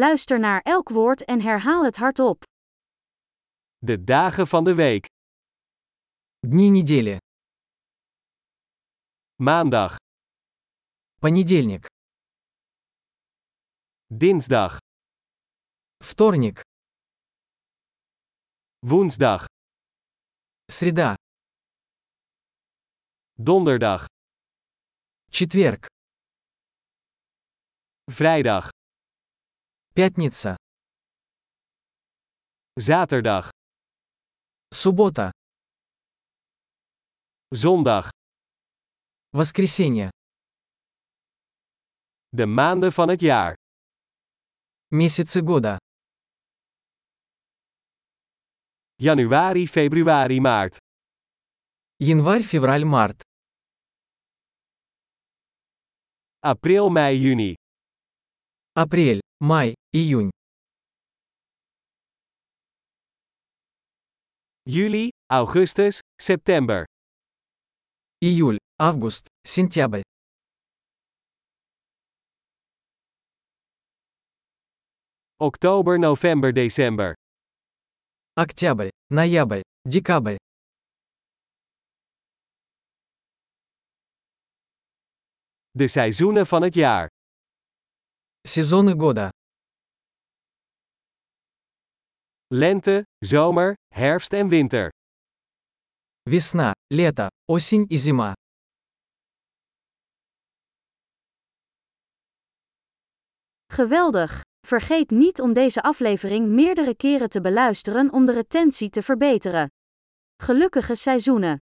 Luister naar elk woord en herhaal het hardop. De dagen van de week. Дни недели. Maandag, Понедельник. dinsdag, Вторник. woensdag, Среда. donderdag, Четверг. vrijdag, Пятница. zaterdag, Суббота. zondag. Воскресенье. De maanden van het jaar. Месяцы года. Januari, februari, maart. Январь, февраль, март. April, mei, juni. Апрель. Май. Июнь. Juli, augustus, september. Июль. Август. Сентябрь. Oktober, november, december. Октябрь. Ноябрь. Декабрь. De seizoenen van het jaar. Сезоны года. Lente, zomer, herfst en winter. Весна. Лето. Осень и зима. Geweldig! Vergeet niet om deze aflevering meerdere keren te beluisteren om de retentie te verbeteren. Gelukkige seizoenen!